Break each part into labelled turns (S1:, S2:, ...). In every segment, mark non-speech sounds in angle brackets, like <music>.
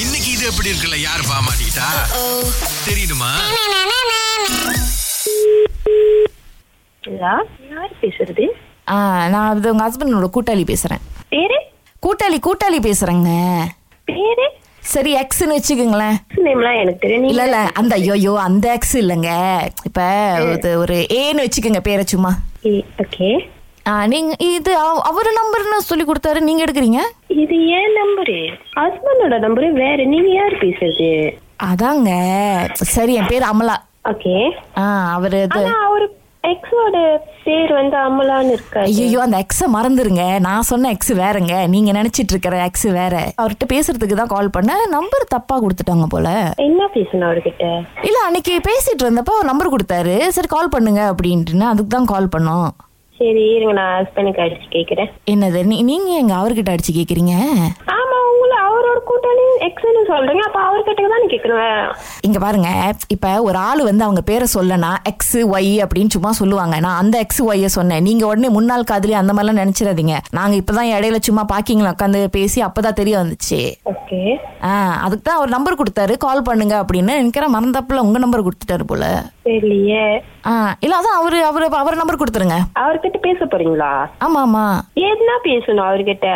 S1: இன்னைக்கு இது எப்படி இருக்குல்ல யார் பாமாட்டா தெரியுமா
S2: ஹலோ யார் பேசுறது
S3: ஆ நான் அது உங்கள் ஹஸ்பண்டோட கூட்டாளி பேசுகிறேன்
S2: பேரு
S3: கூட்டாளி கூட்டாளி பேசுகிறேங்க
S2: பேரு
S3: சரி எக்ஸ்ன்னு வச்சுக்கோங்களேன்
S2: நேம்லாம் எனக்கு தெரியும்
S3: இல்ல
S2: நீங்க
S3: இல்ல அந்த ஐயோயோ அந்த எக்ஸ் இல்லைங்க இப்ப இது ஒரு ஏன்னு வச்சுக்கோங்க பேரை சும்மா
S2: ஓகே
S3: ஆ, நீங்க இது அவ- அவரு நம்பர்னு சொல்லி கொடுத்தாரு நீங்க எடுக்கிறீங்க
S2: இது ஏன் நம்பரு ஹஸ்பண்டோட நம்பரு வேற நீங்க யார் பேசுறது
S3: அதாங்க சரி என் பேர் அமலா
S2: ஓகே
S3: ஆ அவரு இது
S2: ஆனா அவரு எக்ஸோட பேர் வந்து அமலான்னு இருக்காரு
S3: ஐயோ அந்த எக்ஸ மறந்துருங்க நான் சொன்ன எக்ஸ் வேறங்க நீங்க நினைச்சிட்டு இருக்கிற எக்ஸ் வேற அவர்கிட்ட பேசுறதுக்கு தான் கால் பண்ணேன் நம்பர் தப்பா கொடுத்துட்டாங்க போல
S2: என்ன பேசணும் அவர்கிட்ட
S3: இல்ல அன்னைக்கு பேசிட்டு இருந்தப்போ நம்பர் கொடுத்தாரு சரி கால் பண்ணுங்க அப்படின்ட்டுன்னு அதுக்கு தான் கால் பண்ணோம்
S2: சரி இருங்க நான் ஹஸ்பண்டுக்கு அடிச்சு கேக்குறேன்
S3: என்னது நீ- நீங்க எங்க அவர்கிட்ட அடிச்சு கேக்குறீங்க
S2: ஆமா உங்களை அவரோட கூட்டாளி எக்ஸ்னு சொல்றீங்க அப்ப அவர்கிட்ட தானே கேக்குறேன்
S3: இங்க பாருங்க இப்ப ஒரு ஆள் வந்து அவங்க பேரை சொல்லனா எக்ஸ் ஒய் அப்படின்னு சும்மா சொல்லுவாங்க நான் அந்த எக்ஸ் ஒய்ய சொன்னேன் நீங்க உடனே முன்னாள் காதலி அந்த மாதிரிலாம் நினைச்சிடாதீங்க நாங்க இப்பதான் இடையில சும்மா பாக்கிங்ல உட்காந்து பேசி அப்பதான் தெரிய வந்துச்சு
S2: ஓகே
S3: ஆ அதுக்கு தான் அவர் நம்பர் கொடுத்தாரு கால் பண்ணுங்க அப்படின்னு நினைக்கிற மறந்தப்பல உங்க நம்பர் கொடுத்துட்டாரு போல
S2: சரியே
S3: ஆ இல்ல அதான் அவரு அவரு அவர் நம்பர் கொடுத்துருங்க
S2: அவர்கிட்ட பேச போறீங்களா
S3: ஆமா ஆமா
S2: என்ன பேசணும் அவர்கிட்ட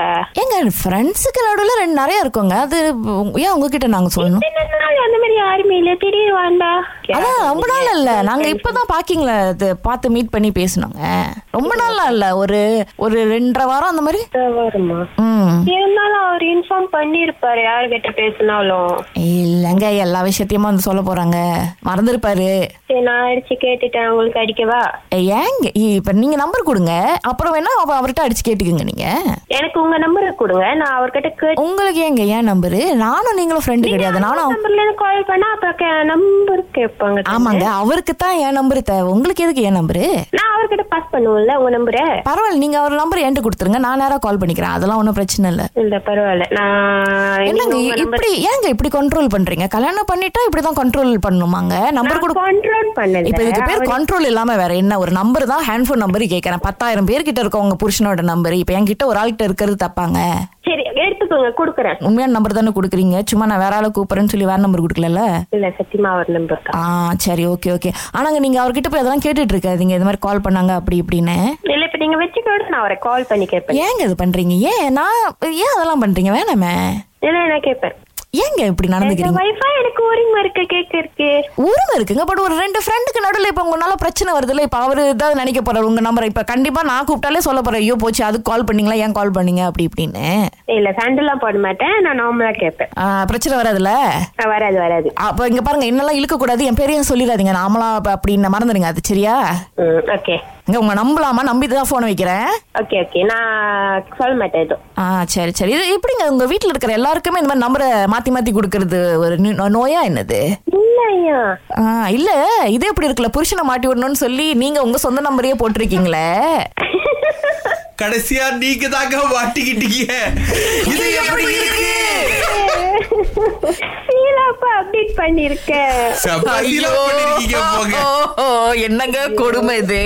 S3: எங்க ஃப்ரெண்ட்ஸுக்கு நடுவில் ரெண்டு நிறைய இருக்குங்க அது உங்க- ஏன் உங்ககிட்ட நாங்க சொல்லணும்
S2: என்ன நாள் அந்த மாதிரி யாருமே இல்ல திடீர் வாண்டா
S3: அதான் ரொம்ப நாள் இல்ல நாங்க இப்பதான் பாக்கிங்ல இது பார்த்து மீட் பண்ணி பேசினோங்க ரொம்ப நாளா இல்ல ஒரு ஒரு ரெண்டரை வாரம் அந்த மாதிரி
S2: வருமா
S3: ம்
S2: இருந்தாலும் அவர் இன்ஃபார்ம் பண்ணிருப்பாரு யார்கிட்ட பேசினாலும்
S3: இல்லைங்க எல்லா விஷயத்தையுமா வந்து சொல்ல போறாங்க மறந்துருப்பாரு
S2: சரி நான் அடிச்சு கேட்டுட்டேன் உங்களுக்கு அடிக்கவா
S3: ஏய், ஏங்க இ- இப்ப நீங்க நம்பர் கொடுங்க அப்புறம் வேணா அவ- அவர்கிட்ட அடிச்சு கேட்டுக்குங்க நீங்க
S2: எனக்கு உங்க நம்பரை கொடுங்க நான் அவர்கிட்ட கேட்டு
S3: உங்களுக்கு ஏங்க ஏன் நம்பரு நானும் நீங்களும் ஃப்ரெண்டு கிடையாது நானும்
S2: நம்பர்ல இருந்து கால் பண்ணா அப்புறம் நம்பர் கேட்பாங்க
S3: ஆமாங்க அவருக்கு தான் என் நம்பரு தேவை உங்களுக்கு எதுக்கு என் நம்பரு
S2: நான் அவர்கிட்ட பாஸ் பண்ணுவோம்ல உங்க நம்பரை
S3: பரவாயில்ல நீங்க அவர் நம்பர் என்கிட்ட கொடுத்துருங்க நான் நேரா கால் பண்ணிக்கிறேன் அதெல்லாம் ஒன்றும் பிரச்சனை இல்லை
S2: இல்ல பரவாயில்ல நான்
S3: என்னங்க
S2: நீங்க உங்க
S3: இப்படி ஏங்க இப்படி கண்ட்ரோல் பண்றீங்க கல்யாணம் பண்ணிட்டா இப்படிதான் கண்ட்ரோல் பண்ணுமாங்க நம்பர்
S2: நம்பர்
S3: கூட
S2: கண்ட்ரோல் பண்ணல
S3: இப்ப இதுக்கு பேர் கண்ட்ரோல் இல்லாம வேற என்ன ஒரு நம்பர் தான் ஹேண்ட்ஃபோன் நம்பர் கேக்குறேன் பத்தாயிரம் பேர் கிட்ட இருக்கவங்க புருஷனோட நம்பர் இப்ப என்கிட்ட ஒரு ஆள்கிட்ட இருக்கிறது தப்பாங்க
S2: சரி எடுத்துக்கோங்க கொடுக்குறேன்
S3: உண்மையான நம்பர் தானே கொடுக்குறீங்க சும்மா நான் வேற ஆளை கூப்பிடுறேன்னு சொல்லி வேற நம்பர் கொடுக்கலல்ல
S2: இல்ல சத்தியமா அவர் நம்பர் தான்
S3: ஆ சரி ஓகே ஓகே ஆனாங்க நீங்க அவர்கிட்ட போய் அதெல்லாம் கேட்டுட்டு இருக்காதீங்க இது மாதிரி கால் பண்ணாங்க அப்படி இப்படின்னு
S2: இல்ல இப்ப நீங்க வச்சுக்கோட நான் அவரை கால் பண்ணி கேட்பேன்
S3: ஏங்க இது பண்றீங்க ஏன் நான் ஏன் அதெல்லாம் பண்றீங்க வேணாமே
S2: இல்ல நான் கேட்பேன்
S3: ஏங்க இப்படி
S2: இந்த
S3: நடந்துக்கிறீங்க
S2: வைஃபா எனக்கு உரிமை இருக்க கேட்கறதுக்கு
S3: உரிமை இருக்குங்க பட் ஒரு ரெண்டு ஃப்ரெண்டுக்கு நடுவில் இப்போ உங்களால பிரச்சனை வருதுல்ல இப்போ அவர் ஏதாவது நினைக்க போறாரு உங்க நம்பரை இப்போ கண்டிப்பா நான் கூப்பிட்டாலே சொல்ல போறேன் ஐயோ போச்சு அதுக்கு கால் பண்ணீங்களா ஏன் கால் பண்ணீங்க அப்படி இப்படின்னு
S2: இல்ல சண்டைலாம் போட மாட்டேன் நான் நார்மலா கேட்பேன்
S3: ஆ, பிரச்சனை வராதுல்ல
S2: ஆ, வராது வராது
S3: அப்போ இங்க பாருங்க என்னெல்லாம் இழுக்கக்கூடாது என் பேரையும் சொல்லிடாதீங்க நாமளா அப்ப அப்படின்னு மறந்துடுங்க அது சரியா
S2: ஓகே
S3: இங்க உங்க நம்பலாமா நம்பிட்டு தான் ஃபோன் வைக்கிறேன்
S2: ஓகே ஓகே நான் சொல்ல மாட்டேன் எதுவும்
S3: ஆ சரி சரி இது எப்படிங்க உங்க வீட்டில் இருக்கிற எல்லாருக்குமே இந்த மாதிரி நம்பரை மாத்தி மாத்தி கொடுக்கறது ஒரு நி- நோயா என்னது
S2: இல்ல <laughs> ஐயா
S3: ஆ இல்ல இது எப்படி இருக்குல்ல புருஷனை மாட்டி விடணும்னு சொல்லி நீங்க உங்க சொந்த நம்பரையே போட்டிருக்கீங்களே
S1: கடைசியா நீங்க தாங்க மாட்டிக்கிட்டீங்க இது எப்படி இருக்கு
S2: சீலாப்பா அப்டேட் பண்ணிருக்கேன்
S1: சப்பாத்திலாம் பண்ணிருக்கீங்க போங்க
S3: ஐயோ, என்னங்க கொடுமை இது